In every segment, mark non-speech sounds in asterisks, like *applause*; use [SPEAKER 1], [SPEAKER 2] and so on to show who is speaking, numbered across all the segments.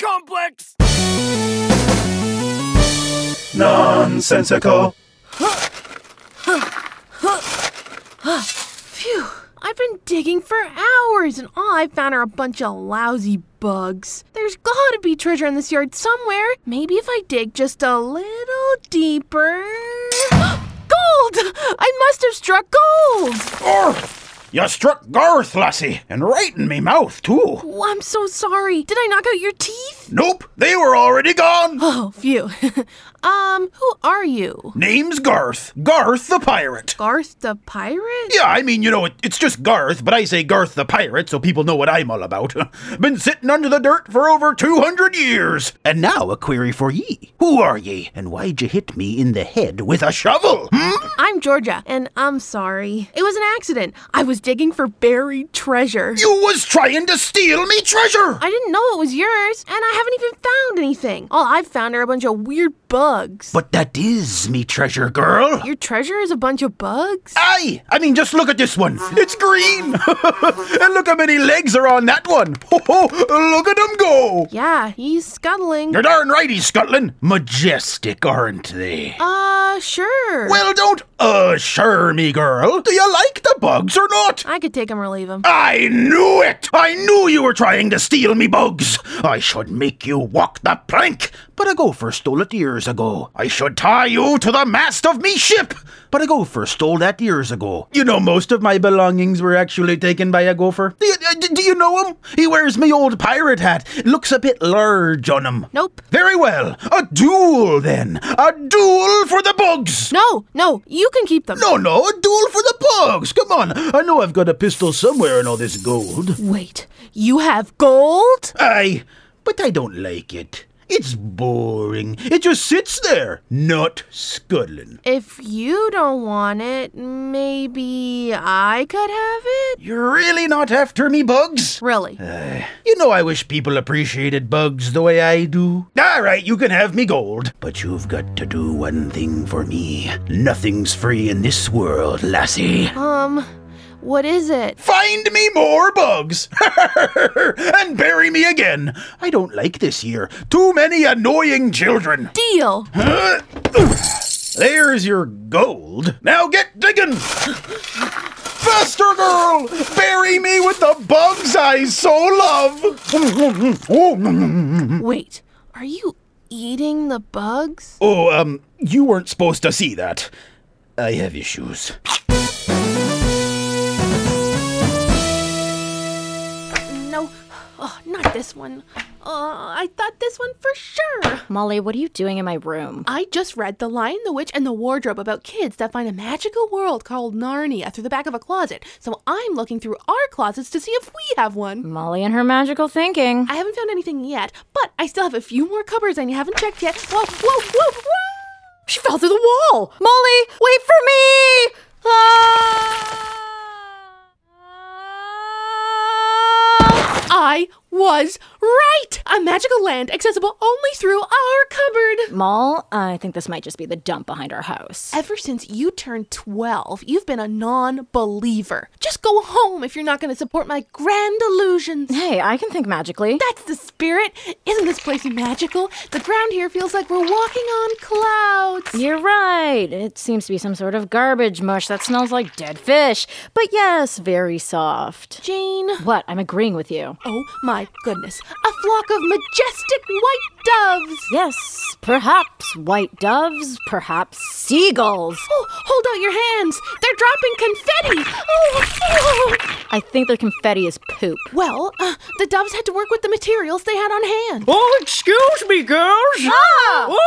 [SPEAKER 1] Sharks!
[SPEAKER 2] Nonsensical.
[SPEAKER 3] Phew. I've been digging for hours and all I found are a bunch of lousy bugs. There's gotta be treasure in this yard somewhere. Maybe if I dig just a little deeper. *gasps* gold! I must have struck gold!
[SPEAKER 2] You struck Garth, lassie, and right in me mouth, too.
[SPEAKER 3] Oh, I'm so sorry. Did I knock out your teeth? *laughs*
[SPEAKER 2] Nope, they were already gone.
[SPEAKER 3] *gasps* Oh, phew. *laughs* um, who are you?
[SPEAKER 2] Name's Garth. Garth the pirate.
[SPEAKER 3] Garth the pirate?
[SPEAKER 2] Yeah, I mean, you know, it, it's just Garth, but I say Garth the pirate so people know what I'm all about. *laughs* Been sitting under the dirt for over 200 years. And now a query for ye. Who are ye, and why'd you hit me in the head with a shovel? Hmm?
[SPEAKER 3] I'm Georgia, and I'm sorry. It was an accident. I was digging for buried treasure.
[SPEAKER 2] You was trying to steal me treasure.
[SPEAKER 3] I didn't know it was yours, and I haven't even found anything. All I've found are a bunch of weird bugs.
[SPEAKER 2] But that is me treasure, girl.
[SPEAKER 3] Your treasure is a bunch of bugs?
[SPEAKER 2] Aye, I mean, just look at this one. It's green. *laughs* and look how many legs are on that one. *laughs* Ho ho, look at them go.
[SPEAKER 3] Yeah, he's scuttling.
[SPEAKER 2] You're darn right he's scuttling. Majestic, aren't they?
[SPEAKER 3] Uh, sure.
[SPEAKER 2] Well, don't assure me, girl. Do you like the bugs or not?
[SPEAKER 3] I could take him or leave him.
[SPEAKER 2] I knew it! I knew you were trying to steal me bugs! I should make you walk the plank! But a gopher stole it years ago. I should tie you to the mast of me ship! But a gopher stole that years ago. You know, most of my belongings were actually taken by a gopher. Do you, uh, d- do you know him? He wears me old pirate hat. Looks a bit large on him.
[SPEAKER 3] Nope.
[SPEAKER 2] Very well. A duel, then. A duel for the bugs!
[SPEAKER 3] No, no, you can keep them.
[SPEAKER 2] No, no, a duel for the bugs! Come on! I know I've got a pistol somewhere in all this gold.
[SPEAKER 3] Wait, you have gold?
[SPEAKER 2] Aye, but I don't like it. It's boring. It just sits there, not scuttling.
[SPEAKER 3] If you don't want it, maybe I could have it?
[SPEAKER 2] You're really not after me, Bugs?
[SPEAKER 3] Really?
[SPEAKER 2] Uh. You know I wish people appreciated bugs the way I do. All right, you can have me gold. But you've got to do one thing for me. Nothing's free in this world, lassie.
[SPEAKER 3] Um, what is it?
[SPEAKER 2] Find me more bugs *laughs* and bury me again. I don't like this year. Too many annoying children.
[SPEAKER 3] Deal.
[SPEAKER 2] There's your gold. Now get digging! Faster, girl! Bury me with the bugs I so love!
[SPEAKER 3] Wait, are you eating the bugs?
[SPEAKER 2] oh, um, you weren't supposed to see that. I have issues.
[SPEAKER 3] No. Oh, not this one. Oh, I thought this one for sure.
[SPEAKER 4] Molly, what are you doing in my room?
[SPEAKER 3] I just read The Lion, the Witch, and the Wardrobe about kids that find a magical world called Narnia through the back of a closet. So I'm looking through our closets to see if we have one.
[SPEAKER 4] Molly and her magical thinking.
[SPEAKER 3] I haven't found anything yet, but I still have a few more cupboards I haven't checked yet. Whoa, whoa, whoa, whoa!
[SPEAKER 4] She fell through the wall! Molly, wait for me! Ah!
[SPEAKER 3] I was right! A magical land accessible only through our cupboard.
[SPEAKER 4] Mall, uh, I think this might just be the dump behind our house.
[SPEAKER 3] Ever since you turned 12, you've been a non believer. Just go home if you're not going to support my grand illusions.
[SPEAKER 4] Hey, I can think magically.
[SPEAKER 3] That's the spirit. Isn't this place magical? The ground here feels like we're walking on clouds.
[SPEAKER 4] You're right. It seems to be some sort of garbage mush that smells like dead fish. But yes, very soft.
[SPEAKER 3] Jane.
[SPEAKER 4] What? I'm agreeing with you.
[SPEAKER 3] Oh my goodness. A flock of majestic white doves.
[SPEAKER 4] Yes, perhaps white doves, perhaps seagulls.
[SPEAKER 3] Oh, hold out your hands. They're dropping confetti. Oh, oh.
[SPEAKER 4] I think their confetti is poop.
[SPEAKER 3] Well, uh, the doves had to work with the materials they had on hand. Ah!
[SPEAKER 5] Oh, excuse me, girls. Oh,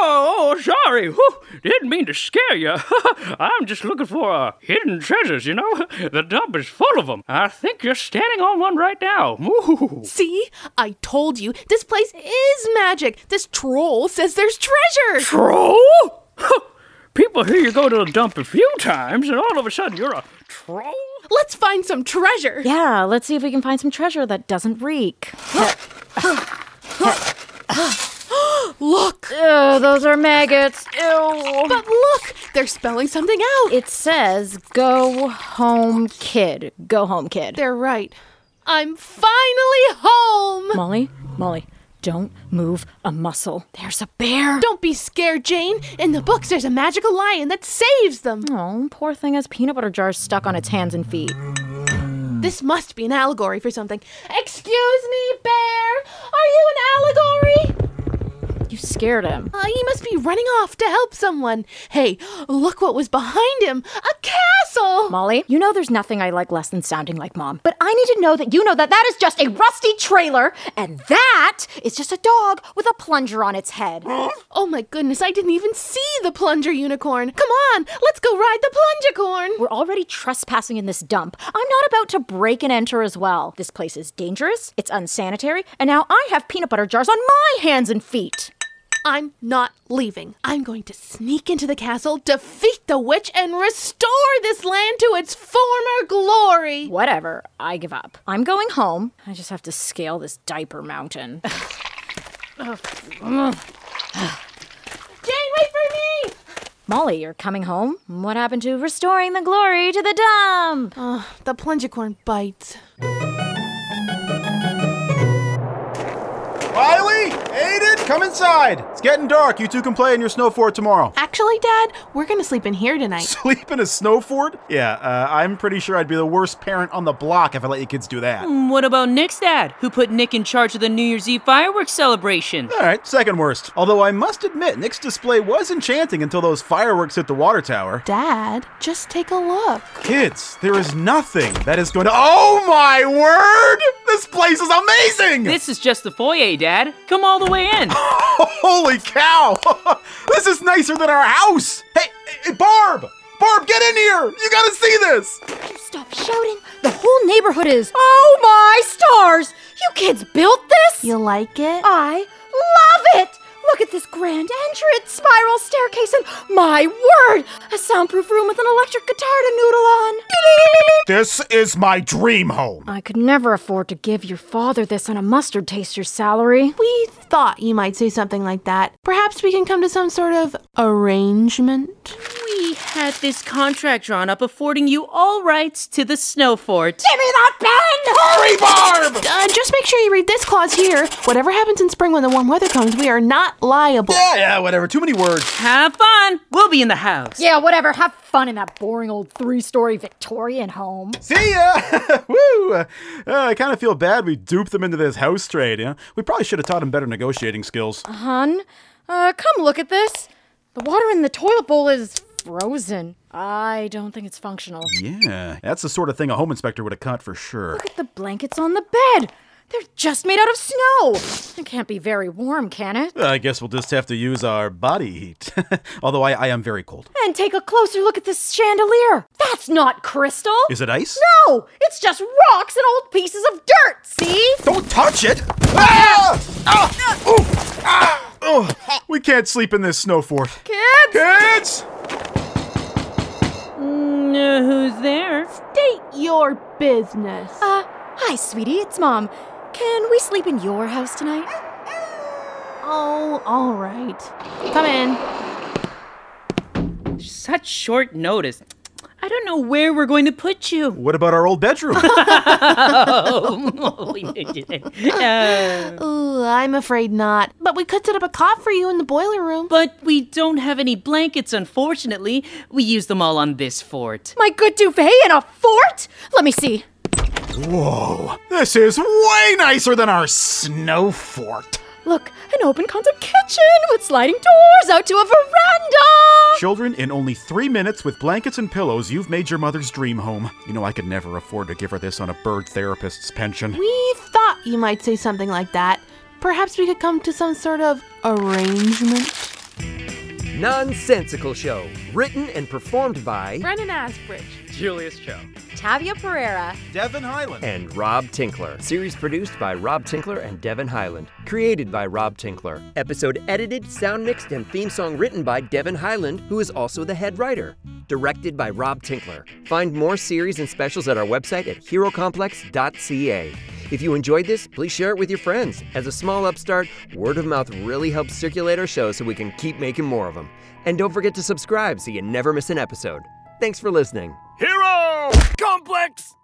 [SPEAKER 5] oh, sorry. Whew, didn't mean to scare you. *laughs* I'm just looking for uh, hidden treasures, you know? *laughs* The dump is full of them. I think you're standing on one right now. Ooh.
[SPEAKER 3] See? I told you. This place is magic. This troll says there's treasure.
[SPEAKER 5] Troll? *laughs* Huh, People hear you go to the dump a few times, and all of a sudden you're a troll?
[SPEAKER 3] Let's find some treasure.
[SPEAKER 4] Yeah, let's see if we can find some treasure that doesn't reek.
[SPEAKER 3] Look.
[SPEAKER 4] Ew, those are maggots. Ew.
[SPEAKER 3] But look, they're spelling something out.
[SPEAKER 4] It says, go home, kid. Go home, kid.
[SPEAKER 3] They're right. I'm finally home.
[SPEAKER 4] Molly, Molly, Don't move a muscle. There's a bear.
[SPEAKER 3] Don't be scared, Jane. In the books, there's a magical lion that saves them.
[SPEAKER 4] Oh, poor thing has peanut butter jars stuck on its hands and feet.
[SPEAKER 3] This must be an allegory for something. Excuse me, bear. Are you an allegory?
[SPEAKER 4] You scared him.
[SPEAKER 3] Uh, he must be running off to help someone. Hey, look what was behind him a castle!
[SPEAKER 4] Molly, you know there's nothing I like less than sounding like mom, but I need to know that you know that that is just a rusty trailer, and that is just a dog with a plunger on its head.
[SPEAKER 3] Oh my goodness, I didn't even see the plunger unicorn. Come on, let's go ride the plungicorn.
[SPEAKER 4] We're already trespassing in this dump. I'm not about to break and enter as well. This place is dangerous, it's unsanitary, and now I have peanut butter jars on my hands and feet.
[SPEAKER 3] I'm not leaving. I'm going to sneak into the castle, defeat the witch, and restore this land to its former glory.
[SPEAKER 4] Whatever, I give up. I'm going home. I just have to scale this diaper *laughs* mountain.
[SPEAKER 3] Jane, wait for me!
[SPEAKER 4] Molly, you're coming home? What happened to restoring the glory to the dump?
[SPEAKER 3] The plungicorn bites.
[SPEAKER 2] Riley, Aiden, come inside. It's getting dark. You two can play in your snow fort tomorrow. *laughs*
[SPEAKER 3] Actually, Dad, we're gonna sleep in here tonight.
[SPEAKER 2] Sleep in a snow fort? Yeah, uh, I'm pretty sure I'd be the worst parent on the block if I let you kids do that. All
[SPEAKER 6] What about Nick's dad, who put Nick in charge of the New Year's Eve fireworks celebration?
[SPEAKER 2] right, second worst. Although I must admit, Nick's display was enchanting until those fireworks hit the water tower.
[SPEAKER 3] Dad, just take a look.
[SPEAKER 2] Kids, there is nothing that is going to. Oh my word! This place is amazing!
[SPEAKER 6] This is just the foyer, Dad. Come all the way in.
[SPEAKER 2] *laughs* Holy cow! *laughs* this is nicer than our house! Hey, hey, Barb! Barb, get in here! You gotta see this!
[SPEAKER 4] Stop shouting! The whole neighborhood is. Oh my stars! You kids built this?
[SPEAKER 3] You like it? Uh,
[SPEAKER 4] I love it! Look at this grand entrance, spiral staircase, and my word! A soundproof room with an electric guitar to noodle on! *laughs*
[SPEAKER 7] This is my dream home.
[SPEAKER 4] I could never afford to give your father this on a mustard taster's salary.
[SPEAKER 3] We thought you might say something like that. Perhaps we can come to some sort of arrangement.
[SPEAKER 6] We had this contract drawn up affording you all rights to the snow fort.
[SPEAKER 4] Give me that pen! Hurry, Barb!
[SPEAKER 3] Uh, just make sure you read this clause here. Whatever happens in spring when the warm weather comes, we are not liable.
[SPEAKER 2] Yeah, yeah, whatever. Too many words.
[SPEAKER 6] Have fun. We'll be in the house.
[SPEAKER 4] Yeah, whatever. Have fun in that boring old three story Victorian home.
[SPEAKER 2] See ya! *laughs* Woo! Uh, I kind of feel bad we duped them into this house trade, yeah? We probably should have taught him better negotiating skills.
[SPEAKER 4] Hun, uh, come look at this. The water in the toilet bowl is frozen. I don't think it's functional.
[SPEAKER 2] Yeah, that's the sort of thing a home inspector would have cut for sure.
[SPEAKER 4] Look at the blankets on the bed. They're just made out of snow. It can't be very warm, can it?
[SPEAKER 2] I guess we'll just have to use our body heat. *laughs* Although I, I am very cold.
[SPEAKER 4] And take a closer look at this chandelier. That's not crystal.
[SPEAKER 2] Is it ice?
[SPEAKER 4] No, it's just rocks and old pieces of dirt. See?
[SPEAKER 2] Don't touch it! Ah! Ah! Ooh! Ah! Oh! We can't sleep in this snow fort.
[SPEAKER 4] Kids,
[SPEAKER 2] Kids!
[SPEAKER 6] Mm, uh, who's there?
[SPEAKER 3] State your business.
[SPEAKER 4] Uh, hi, sweetie. It's Mom. Can we sleep in your house tonight?
[SPEAKER 3] oh, all right. Come in.
[SPEAKER 6] Such short notice. I don't know where we're going to put
[SPEAKER 2] *laughs*
[SPEAKER 6] you. *laughs*
[SPEAKER 2] What about our old bedroom?
[SPEAKER 6] Uh,
[SPEAKER 3] Ooh, I'm afraid not. But we could set up a cot for you in the boiler room.
[SPEAKER 6] but we don't have any blankets, unfortunately. We used them all on this fort.
[SPEAKER 4] My good duvet in a fort? Let me see.
[SPEAKER 2] Whoa, this is way nicer than our snow fort.
[SPEAKER 4] Look, an open concept kitchen with sliding doors out to a veranda.
[SPEAKER 2] Children, in only three minutes with blankets and pillows, you've made your mother's dream home. You know, I could never afford to give her this on a bird therapist's pension.
[SPEAKER 3] We thought you might say something like that. Perhaps we could come to some sort of arrangement.
[SPEAKER 8] Nonsensical Show, written and performed by
[SPEAKER 3] Brennan Asbridge.
[SPEAKER 9] Julius Cho.
[SPEAKER 4] Tavia Pereira.
[SPEAKER 2] Devin Highland.
[SPEAKER 8] and Rob Tinkler. Series produced by Rob Tinkler and Devin Highland. Created by Rob Tinkler. Episode edited, sound mixed, and theme song written by Devin Highland, who is also the head writer. Directed by Rob Tinkler. Find more series and specials at our website at herocomplex.ca. If you enjoyed this, please share it with your friends. As a small upstart, word of mouth really helps circulate our show so we can keep making more of them. And don't forget to subscribe so you never miss an episode. Thanks for listening.
[SPEAKER 9] Hero! Complex!